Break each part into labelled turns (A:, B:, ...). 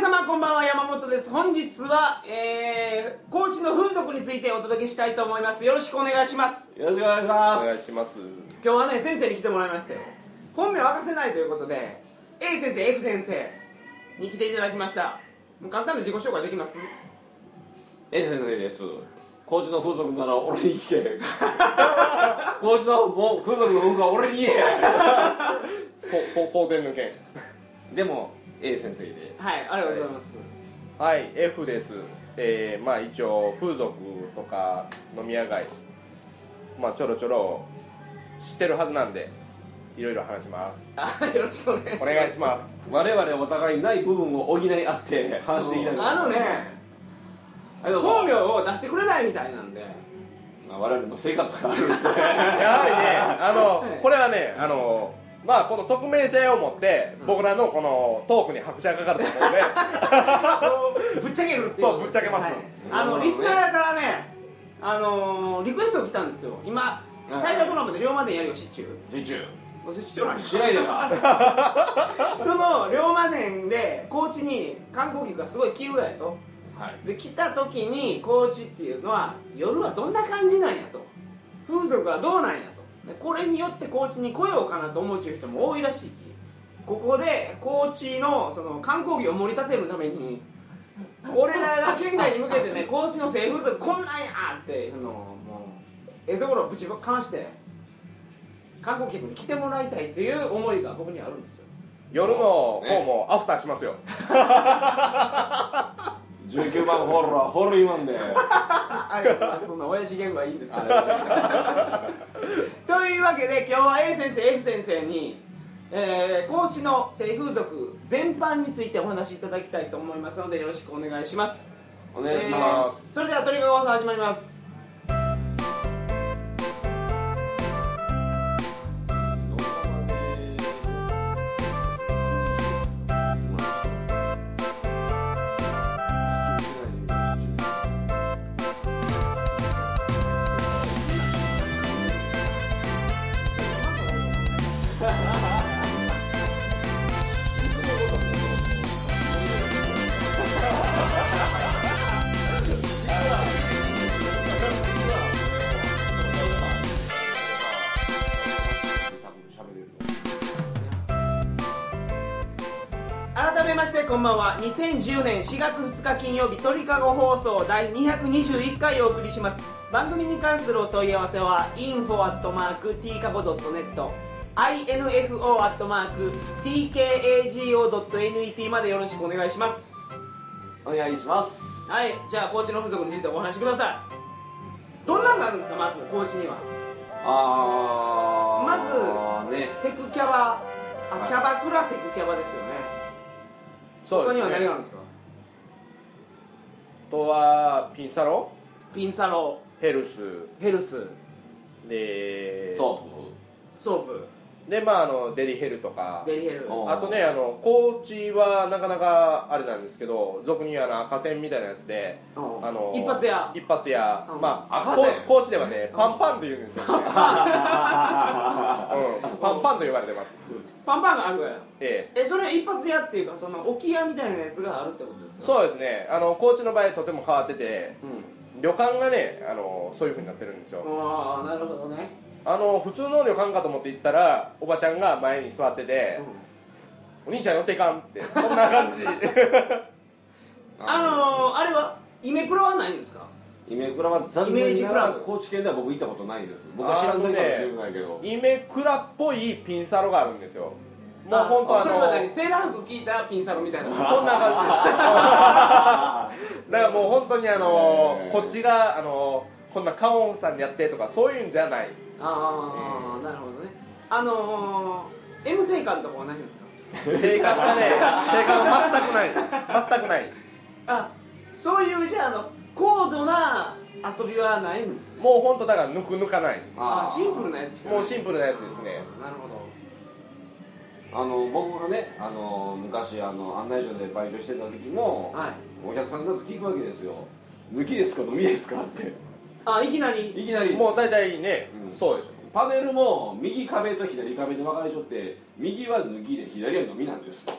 A: 様こんばんは山本です本日は、えー、高知の風俗についてお届けしたいと思いますよろしくお願いします
B: よろしくお願いしま
C: お
B: す
C: 願いします
A: 今日はね先生に来てもらいましたよ本名を明かせないということで A 先生 F 先生に来ていただきましたもう簡単な自己紹介できます
B: え先生です高知の風俗なら俺に聞 け高知のもう風俗の文化は俺に言え
C: そう送電の件
B: でも A 先生で
A: はいありがとうございます、
C: はい F ですえー、まあ一応風俗とか飲み屋街まあちょろちょろ知ってるはずなんでいろいろ話します
A: あよろしくお願いし
C: お
A: ます
C: 願いします
B: 我々お互いない部分を補い合って話していきたい
A: あのね
B: はいどうぞ
A: 本名を出してくれないみたいなん で
B: まあ我々も生活があるんで
C: やはりね
A: は
C: あ
A: い
C: のこれはねあのまあこの匿名性を持って僕らのこのトークに拍車がかかると思う んで
A: ぶっちゃけるっていうこと
C: そうぶっちゃけます
A: はいあのリスナーからねあのーリクエスト来たんですよ今
B: はい
A: 大河ドラマで龍馬伝やるよしっちゅう
B: 受注
A: もうそっちゅうなんです
B: しない でか
A: その龍馬伝で高知に観光客がすごい来るやと
B: はい
A: で来た時に高知っていうのは夜はどんな感じなんやと風俗はどうなんやとでこれによって高知に来ようかなと思うちゅう人も多いらしいきここで高知のその観光業を盛り立てるために俺らが県外に向けてね高知の性風俗こんなんやっていうのをもうええところをぶちかまして観光客に来てもらいたいという思いが僕にはあるんですよ
C: 夜の方もアフターしますよ
B: 19番ホールはホールインワンで
A: あありがとうございますそんな親父言語はいいんですけどというわけで今日は A 先生 F 先生に、えー、高知の性風俗全般についてお話しいただきたいと思いますのでよろしくお願いします
B: お願いします、
A: えーそれではトリガー放送始まります改めましてこんばんは2010年4月2日金曜日鳥かご放送第221回お送りします番組に関するお問い合わせは info.tkago.net info.tkago.net までよろしくお願いします
B: お願いします
A: はいじゃあ高知の風俗についてお話しくださいどんなんがあるんですかまず高知には
B: あー
A: ま
B: ね
A: セクキャバあ
B: はい
A: キャバクラセクキャバですよね
C: そう
A: 他に
C: です
A: は
C: ね
A: 何があるんですか
C: あとはピンサロ
A: ピンサロ
C: ヘルス
A: ヘルス
C: で
B: そう
A: ソープ
C: でまああのデリヘルとか
A: デリヘル
B: お
C: あとねあの高知はなかなかあれなんですけど俗に言うあの赤線みたいなやつで
A: あ
C: あの
A: 一発や
C: 一発や、
A: うん
C: まあ
B: 赤
C: 高
B: 線
C: 知高知ではねパンパンと言うんで すよ、ねうん、パンパンと言われてます
A: パンパンがあるから
C: ええ
A: えそれ一発やっていうかその置き屋みたいなやつがあるってことですかう
C: そうですねあの高知の場合とても変わってて
B: うん
C: 旅館がねあのそういうふうになってるんですよ
A: ああなるほどね、
C: あの普通の旅館かと思って行ったらおばちゃんが前に座ってて、お兄ちゃん寄っていかんってそんな感じ
A: あのー、あれはイメクラはないんですか
B: イメクラは残
A: イメー
B: 念
A: ジ
B: な
A: ク
B: が
A: ラ
B: ら
A: ブ
B: 高知県では僕行ったことないです僕は知らんだけかもしれないけど
C: イメクラっぽいピンサロがあるんですよもう
A: あ
C: 本当あ
A: それ
C: の
A: は何セーラー服着いたピンサロみたいな
C: そんな感じですだからもう本当にあの
B: へー
C: こっちがあのこんなカオンさんでやってとかそういうんじゃない
A: ああなるほどねあのー、M 性感とかはないんですか
C: 性格がね性格が全くない全くない
A: あそういうじゃああの高度な遊びはないんですね
C: もう本当だからぬくぬかない
A: あーシンプルなやつしかない
C: もうシンプルなやつですね
A: あーなるほど
B: あの僕がねあの昔あの案内所でバイトしてた時も、
A: はい
B: お客さんが聞くわけですよ抜きですか飲みですかって
A: あいきなり
B: いきなり
C: もう大体ね、
B: うん
C: そうでしょ
B: パネルも右壁と左壁で分かれちゃって右は抜きで左は飲みなんですよ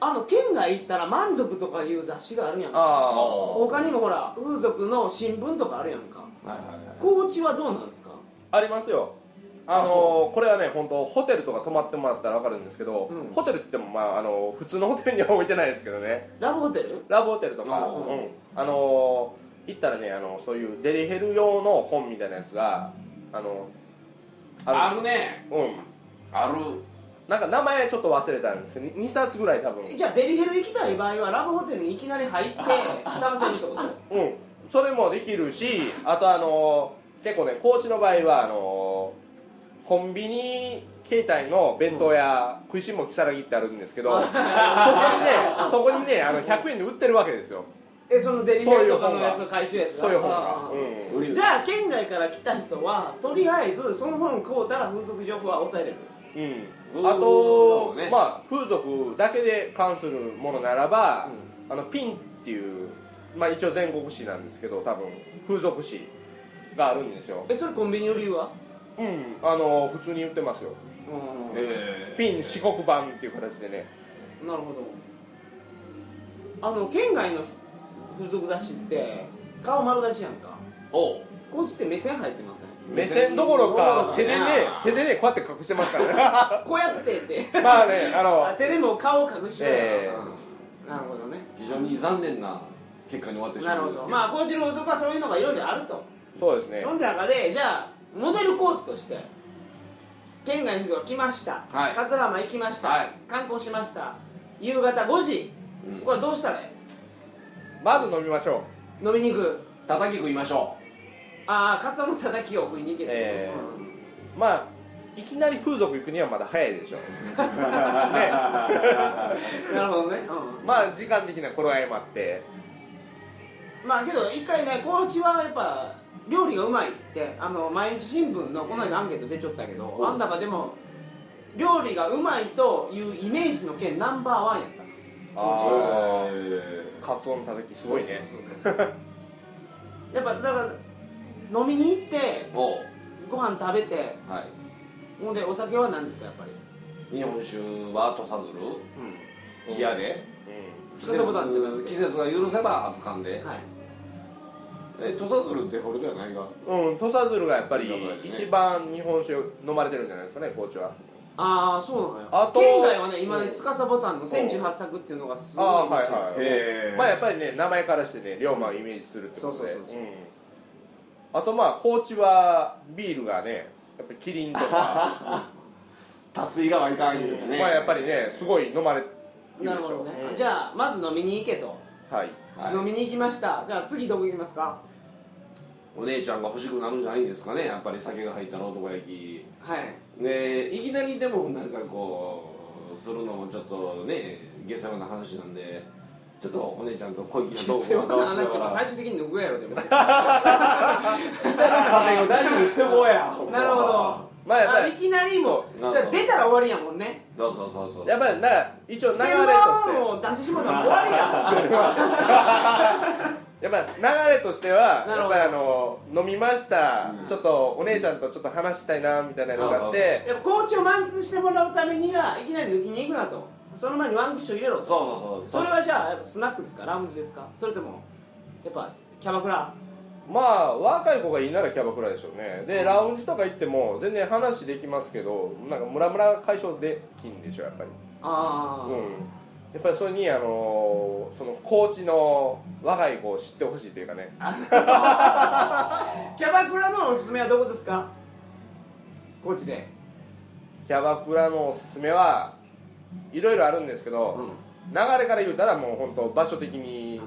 A: あの県外行ったら「満足」とかいう雑誌があるやんか
C: あー
A: 他にもほら風俗の新聞とかあるやんか
B: はいはいはい
A: 高知はどうなんですか
C: ありますよあの
B: あ
C: これはね本当ホテルとか泊まってもらったら分かるんですけど、
A: うん
C: ホテルって言ってもまああの普通のホテルには置いてないですけどね
A: ラブホテル
C: ラブホテルとか、
B: あー
C: うんあの行ったらねあのそういうデリヘル用の本みたいなやつがあの
B: あ
C: る
B: るね
C: うん
B: ある
C: なんか名前ちょっと忘れたんですけど2冊ぐらい多分
A: じゃあデリヘル行きたい場合はラブホテルにいきなり入って下ませるって こと
C: うんそれもできるしあとあの結構ね高知の場合はあのコンビニ携帯の弁当屋、食いしん坊きさらぎってあるんですけどそこにねそこにねあの100円で売ってるわけですよ
A: えそのデリヘルとかのやつを書いてるやつが
C: そういう本
A: あ
C: が
A: ー
C: うん
B: 売り
A: じゃあ県外から来た人はとりあえずその本買うたら風俗情報は抑えれる
C: う、
B: うんん
C: あと、
B: なるほどね
C: まあ風俗だけで関するものならば、あのピンっていうまあ一応全国紙なんですけど多分風俗紙があるんですよ
A: えそれコンビニの理由は
C: うんあの普通に売ってますよ
A: うん
B: え
C: ピン四国版っていう形でね
A: なるほどあの県外の風俗雑誌って顔丸出しやんか
B: おう
A: こっちって目線入ってません
C: 目線どころか手
B: 目
C: でね
B: 線どころか
C: 手でねこうやって隠してますから
A: こうやってって
C: ね まあねあ
A: あ
C: の
A: 手でも顔を隠してる、
C: え
A: なるほどね
B: 非常に残念な結果に終わってし
A: な
B: ま
A: る
B: う
A: ほ
B: んです
A: ど
B: け
A: まあ高知の風俗はそういうのがいろいろあると、
C: そうですね
A: その中でじゃあモデルコースとして県外の人が来ました、
B: はい
A: 桂浜行きました、
B: はい
A: 観光しました夕方5時
B: うん
A: これどうしたらえ
C: まず飲みましょう
A: え飲みに行く
B: 叩き食いましょ
A: ああカツオのたたきを食いに行ける、
C: ええ
A: うん
C: まあいきなり風俗行くにはまだ早いでしょね
A: なるほどね、
C: まあ時間的な頃合いもあって
A: まあけど一回ね高知はやっぱ料理がうまいってあの毎日新聞のこの間アンケート出ちゃったけど、
B: うん
A: あん中でも料理がうまいというイメージの県ナンバーワンやった
B: あ
C: あ
B: ー
C: あカツオのたたきすごいね
A: そうそうそうやっぱだから飲みに行って
B: おう
A: ご飯食べて
B: は
A: ほんでお酒は何ですかやっぱり
B: い日本酒はとさずる冷やで
C: う
A: つけたことあるんじゃなくて
B: 季節が許せばつかんで
A: はい
B: えとさずるってこれではないが
C: んうん土佐鶴がやっぱり
B: そうだよね
C: 一番日本酒を飲まれてるんじゃないですかね高知は
A: ああそうなのよ
C: あと
A: 県外はね今
C: う
A: ね
C: ん
A: 司ボタンの1018作っていうのがすごい
C: ああ
A: 人気
C: はいはい
B: へえ
C: まあやっぱりね名前からしてね龍馬をイメージするってことで
A: そうそうそうそうん
C: あとまあ高知はビールがねやっぱりキリンと か、
B: 達水がはいか
C: うんん
B: 言うてね
C: まあやっぱりねすごい飲まれて
A: なるほどね、
C: うん
A: じゃあまず飲みに行けと、
C: はい
B: はい
A: 飲みに行きましたじゃあ次どこ行きますか
B: お姉ちゃんが欲しくなるんじゃないんですかねやっぱり酒が入ったら男焼き
A: はい
B: ねいきなりでもなんかこうするのもちょっとね下世話な話なんでちょっとお姉ちゃんと小粋 なト
A: 世
B: ー
A: 話
B: ク
A: の話とか
B: を交わしなが
A: 最終的に抜くやろで もなる
B: ら家庭を大事にして こうや
A: ほど
C: まあやっぱ
A: あい
C: り
A: きなりもう
B: な
A: だ
B: るほど
A: から出たら終わりやもんね
B: そうそうそうそう
C: やっぱりな一応
A: ス
C: 流
A: テ
C: れと
A: ル
C: して
A: はもう出してしまったら終わりや
C: やっぱ流れとしては
A: なるほ
C: やっ
A: ど
C: ぱりあの飲みました、
B: うん
C: ちょっとお姉ちゃんとちょっと話したいなみたいなのがあって
A: やっぱコーチを満喫してもらうためにはいきなり抜きに行くなとその前にワンクッション入れろ
B: そう
A: と
B: そうそ
A: そ
B: う
A: れはじゃあやっぱスナックですかラウンジですかそれともやっぱキャバクラ
C: まあ若い子がいいならキャバクラでしょうねで、ラウンジとか行っても全然話できますけどなんかムラムラ解消できんでしょやっぱり
A: ああ、
C: うんやっぱりそれにあのその高知の若い子を知ってほしいというかね
A: キャバクラのおすすめはどこですかコーチで
C: キャバクラのおすすめはいろいろあるんですけど、流れから言うたらもう本当場所的に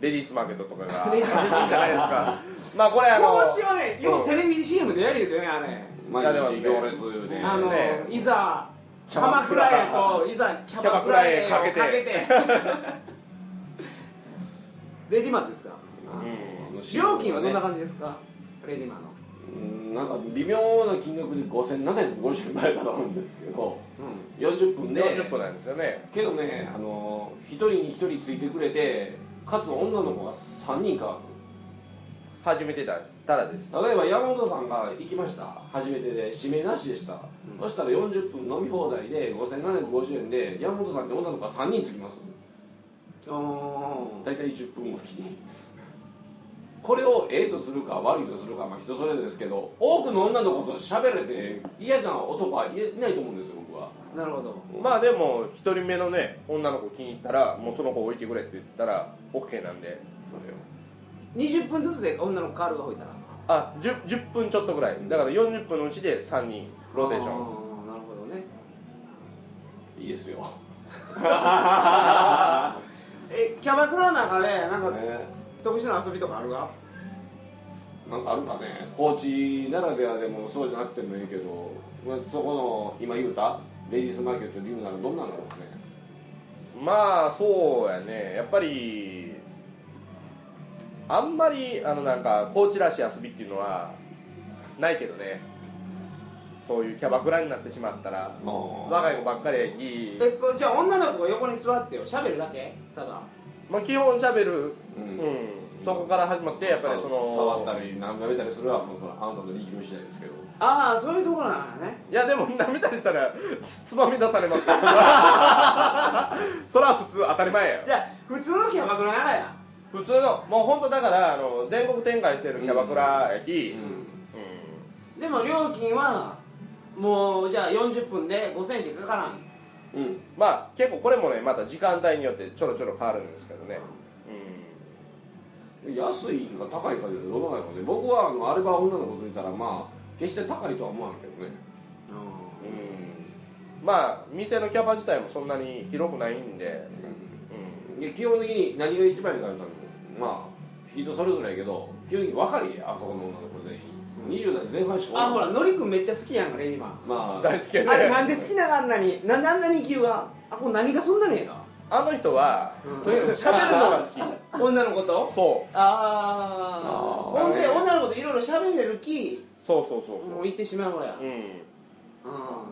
C: レディースマーケットとかが
A: レデ
C: レデ
A: ィ
C: ィ
A: ー
C: ー
A: ス
C: ス
A: マーケッ
C: マーケットじゃないですかまあこれあの
A: 高知はね、ようテレビ CM でやるよね、あれ。
B: 毎
C: やって
B: 日行
C: ますね
B: 列で
A: あの、
C: ね
A: いざ、
C: キャバ
A: 鎌
C: クラ
A: 倉へと、いざ、キャバクラへをかけて。
C: キャバクラへ
A: レディマンですか
C: うん
A: 料金はどんな感じですかレディマンの。
B: うんなんか微妙な金額で5750円払えたと思うんですけど40分で
C: 40分なんですよね
B: けどねあの一人に一人ついてくれてかつ女の子が3人か
C: 始めてたたらです
B: 例えば山本さんが行きました初めてで指名なしでした、そしたら40分飲み放題で5750円で山本さんって女の子が3人つきます
A: おー
B: 大体10分おきにこれをええとするか悪いとするかまあ人それぞれですけど多くの女の子と喋れて嫌じゃん男はいないと思うんですよ僕は
A: なるほど
C: まあでも1人目のね女の子気に入ったらもうその子置いてくれって言ったら OK なんで
A: 20分ずつで女の子カールが吹いたら
C: あ 10, 10分ちょっとぐらいだから40分のうちで3人ローテーショ
A: あ
C: ン
A: ーなるほどね
B: いいですよ、
A: えキャバクラの中でなんか
B: ね
A: 特殊な遊びとかあるが
B: なんかあるかね高知ならではでもそうじゃなくてもいいけどまあそこの今言うたレディースマーケットリューナルどんなんだろうかね
C: まあそうやねやっぱりあんまりあのなんかコーチらしい遊びっていうのはないけどねそういうキャバクラになってしまったら若い子ばっかりやき
A: えこじゃあ女の子が横に座ってよしゃべるだけただ
C: まあ、基本しゃべる、
B: う
C: うんんそこから始まってやっぱりその
B: 触ったり舐めたりするのはもうそのあなたの力量次第ですけど
A: ああそういうところなんやね
C: いやでも舐めたりしたらつつまみ出されますそれは普通当たり前や
A: じゃあ普通のキャバクラならや
C: 普通のもう本当だからあの全国展開してるキャバクラやき、
B: うん
C: う
A: でも料金はもうじゃあ40分で5000円しかかからん
B: うん
C: んまあ結構これもねまた時間帯によってちょろちょろ変わるんですけどね、う
B: 安いか高いかでどうなんやろうね僕はあのアルバ女の子ついたらまあ決して高いとは思わんけどね
C: んうん、まあ店のキャバ自体もそんなに広くないんで、うん
B: で基本的に何が一番いいか言ったらまあ人それぞれやけど基本的に若いあそこの女の子全員20代前半しかおら
A: あ
B: ん
A: ほらのりくんめっちゃ好きやんかレイマ
B: まあ
C: 大好きやね
A: あれなんで好きなのあんなになんであんなに勢いがあこれ何がそんなねえが
C: あの人は、
A: うん
C: とにかく喋るのが好
A: 女の子と
C: きそ
A: ああ
B: あー
A: ほんで
B: ね
A: 女の子といろいろ喋れるき
C: うそうそうそう
A: も
C: そう
A: う行ってしまうわや
C: う、ん
A: うん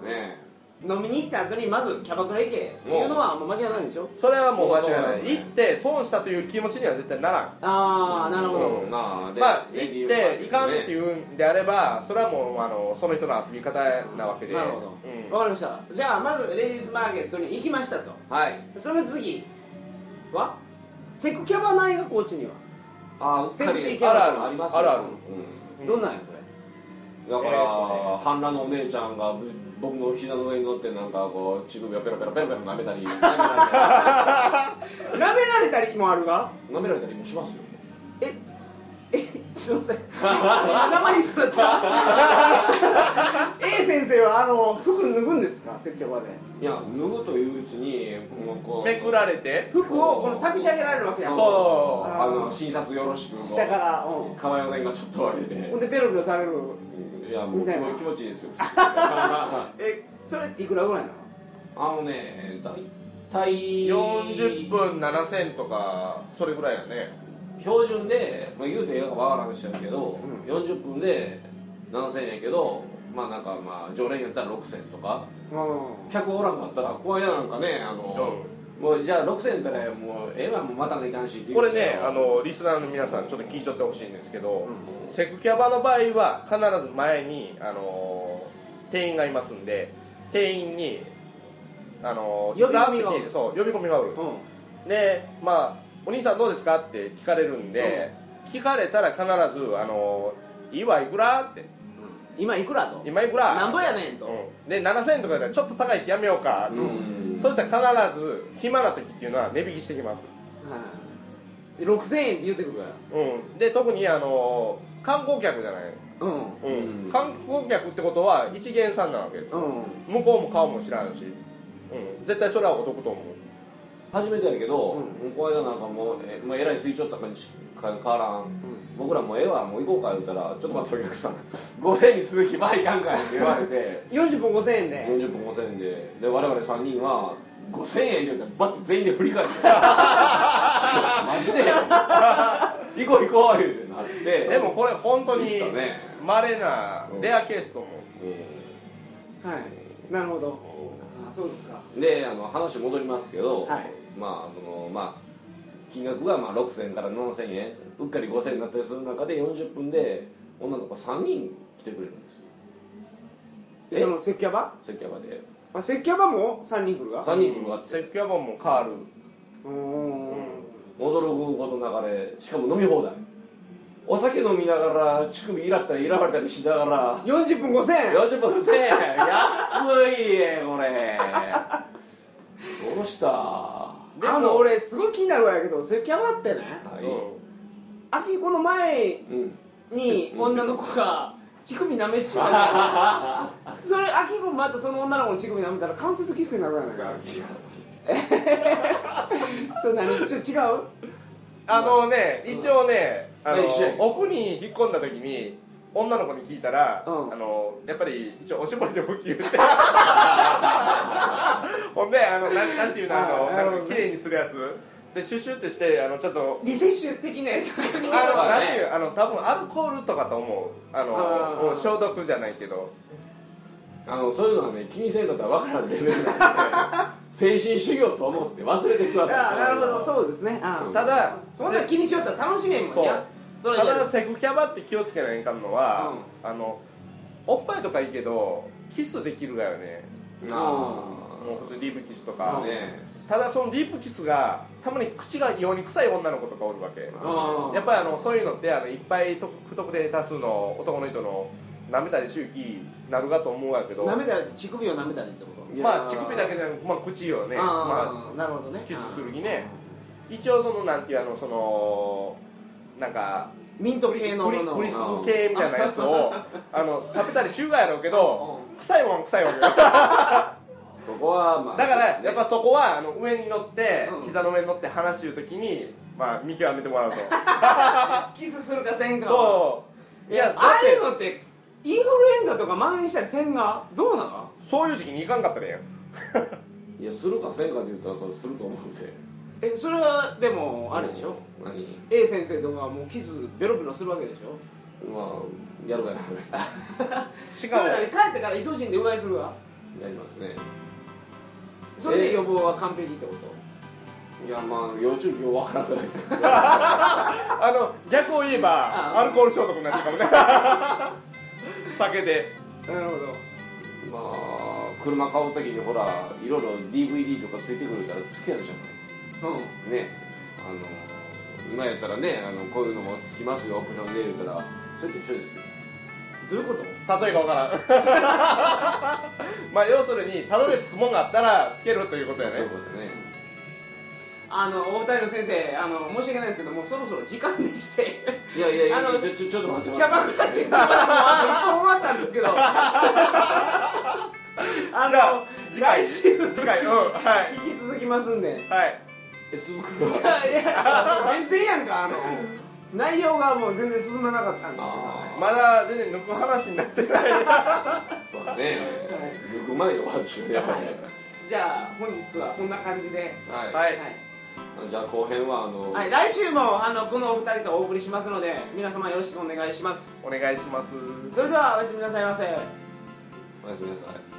B: ね
A: 飲みに行った後にまずキャバクラ行けっていうのはもう間違いないでしょ
C: それはもう間違いない、
B: もうそう
C: 行って損したという気持ちには絶対ならん
A: ああなるほど、
C: う
B: まあ
C: まあ行って行かんって
B: う
C: いうんであればそれはもうあのその人の遊び方なわけで
A: なるほど、
C: うん
A: わかりましたじゃあまずレディースマーケットに行きましたと
B: はい
A: その次はセクキャバないがコーチには、
B: あうっ
A: セクシー
B: り
A: 系の
B: あるあるありますよ
C: あるある
B: う
A: どんなんやそれ
B: んだから、
C: えー
B: 半裸のお姉ちゃんがぶ僕の膝の上に乗ってなんかこう乳首をペロペロペロペロ舐めたり舐められた
A: 舐められたりもあるが
B: り舐められたりもしますよ
A: ええすいません頭いいそうだった A 先生はあの服脱ぐんですかセクキャバで
B: いや脱ぐといううちにもうこう
C: めくられて
A: 服をこの託し上げられるわけやん
C: そう
B: あの診察よろしく
A: 下からうん
B: 構いませんがちょっと上げて
A: ほんでペロペロされる
B: いやもう
A: みた
B: 気
A: いな
B: 持気持ちいいですよあ
A: えそれっていくらぐらいなの
B: のね大体
C: 40分7000とかそれぐらいやね
B: 標準で、まあ、言うてええかわからんしちゃうけど、
A: う
B: 40分で7000円やけどまあなんかまあ常連やったら6000とか
A: う
B: 客おらんかったらこの間なんかねあの、もうじゃあ6000やったらもうええわもうまたねいかんしっていう
C: これねあのリスナーの皆さんちょっと聞いちゃってほしいんですけど、
B: うん
C: セクキャバの場合は必ず前に、あのー店員がいますんで店員に、あのー
A: 呼び込みがおる
C: そう呼び込みがおる、
A: んうん
C: でまあ「お兄さんどうですか?」って聞かれるんで、聞かれたら必ず「あのいいわいくら?」って
A: 今いくらと
C: 「今いくら?」
A: なんぼやねんと、
C: うんで7000円とかやったらちょっと高いってやめようか、
B: うん
C: そしたら必ず暇な時っていうのは値引きしてきます、
A: はい6000円って言ってくるから
C: うん、で特にあの観光客じゃない、
A: うん
C: うん
B: うん
C: 観光客ってことは一元さんなわけです、
A: うん
C: 向こうも顔も知らんし、うん、絶対それはお得と思う
B: 初めてやけど、
A: う
B: この間なんかもうえもうえらい水長とかにしか変わらん僕らもうええわもう行こうか言うたら「ちょっと待ってお客さん5000円にする暇いかんかい」って言われて
A: 40分5000円で
B: 40分5000円でで我々3人は5000円って言うたらバッて全員で振り返 してマジで行こう行こう言うてなって
C: でもこれ本当に
B: 言ったね
C: まれなレアケースと思う、
A: はいなるほどあそうですか
B: うんであの話戻りますけど、
A: はい
B: まあそのまあ金額がまあ6000円から7000円うっかり5000円になったりする中で40分で女の子3人来てくれるんですよ
A: でその接客場
B: 接客場で
A: あ接客場も3人来るが
B: 3人に向かって
C: セキュアボンもカール
A: うーん
B: 驚くことながらしかも飲み放題お酒飲みながら乳首いらったりいらわれたりしながら
A: 40分5000円
B: 40分5000円安いねこれどうしたは
A: あの俺すごい気になるわやけど接客場ってね
B: い、
A: あきこの前
B: うん
A: に女の子が乳首舐めちゃうそれあきこまたその女の子の乳首舐めたら関節キスになるやないかそれ何ちょ違う
C: あのね、一応ね、あの
B: 一緒や
C: 奥に引っ込んだ時に女の子に聞いたら、
A: うん
C: あのやっぱり一応おしぼりで呼吸してほんであのなんなんていうのあの
A: あーな
C: な
A: るほど
C: んか綺麗にするやつでシュシュってしてあのちょっと
A: リセッシュ的なやつ
C: あの
B: そうだ
C: なん
B: ね
C: ていうあの多分アルコールとかと思うあ
A: あー
C: のうん消毒じゃないけど
B: あのそういうのはね気にせんかったらわからんレベルなんで精神修行と思って忘れてくださ
A: あ
B: い
A: なるほど
B: う
A: そうですねあ
C: ただ
A: そんな気にしよったら楽しめんもんや
C: た
A: それ
C: だセクキャバって気をつけないかんのは、あのおっぱいとかいいけどキスできるがよねもう普通にリープキスとか、
B: あね
C: ただそのディープキスがたまに口が異様に臭い女の子とかおるわけや
A: うん
C: っぱりあのそういうのってあのいっぱいと不特定多数の男の人の舐めたり周期なるかと思うやけど
A: 舐めたらって乳首を舐めたりってこと
B: いや
C: まあ乳首だけじゃなく、まあ、口よねま
A: あーなるほどね
C: あ、キスする気ね一応そのなんていうあのそのなんか
A: ミント系の
C: フリ
A: もの
C: フリスク系みたいなやつをあの食べたりしゅうがやろうけど臭いもんは臭いもんよ
B: そこはまあ
C: だからやっぱそこはあの上に乗って、
A: うん
C: 膝の上に乗って話し言うときにまあ見極めて もらうと
A: キスするかせんか
C: そう
A: い
C: い
A: や
C: やだ
A: ああいう
C: っ
A: のってインフルエンザとか蔓延したりせんがどうなの
C: てそういう時期に行かんかったねん
B: いやするかせんかって言ったらそれすると思うんで
A: えそれはでもあれでしょ、
B: 何
A: A 先生とかはもうキスベロベロするわけでしょ
B: まあやるかやらないか
C: し
A: そ
C: かも
A: れなり帰ってからイソジンでうがいするわ
B: やりますね
A: それで予防は完璧ってこと、
B: いやまあ要注意わからない
C: あの逆を言えば
A: あ
C: アルコール消毒になっちゃうからね 酒で
A: なるほど
B: まあ車買う時にほらいろいろ DVD とかついてくるからつけるじゃない
A: うん
B: ねあの今やったらねあのこういうのもつきますよオプションで言ったらそれと一緒ですよ
A: どういうこと
C: 例えばわからん まあ要するにただでつくもんがあったらつけるということやね
B: そういうことね
A: あのお二人の先生あの申し訳ないですけどもうそろそろ時間でして
B: いやいやいや
A: あの
B: ちょちょちょっと待
A: キ
B: って
A: ャバクラしてもうあと1本終わったんですけ ど
C: じゃ
A: あ
C: あ
A: の
C: 次回
A: 来週
C: 次回うんはい
A: 引き続きますんで
C: はい
B: え続くの
A: い やいや全然やんかあの内容がもう全然進まなかったんですけど
B: あ
C: まだ全然抜く話になってない
B: そうだね抜く前で終わっちゃうやっぱり
A: じゃあ本日はこんな感じで、
B: はい、
C: はい
B: じゃあ後編はあの、
A: はい来週もあのこのお二人とお送りしますので皆様よろしくお願いします
C: お願いします
A: それではおやすみなさいませ
B: おやすみなさい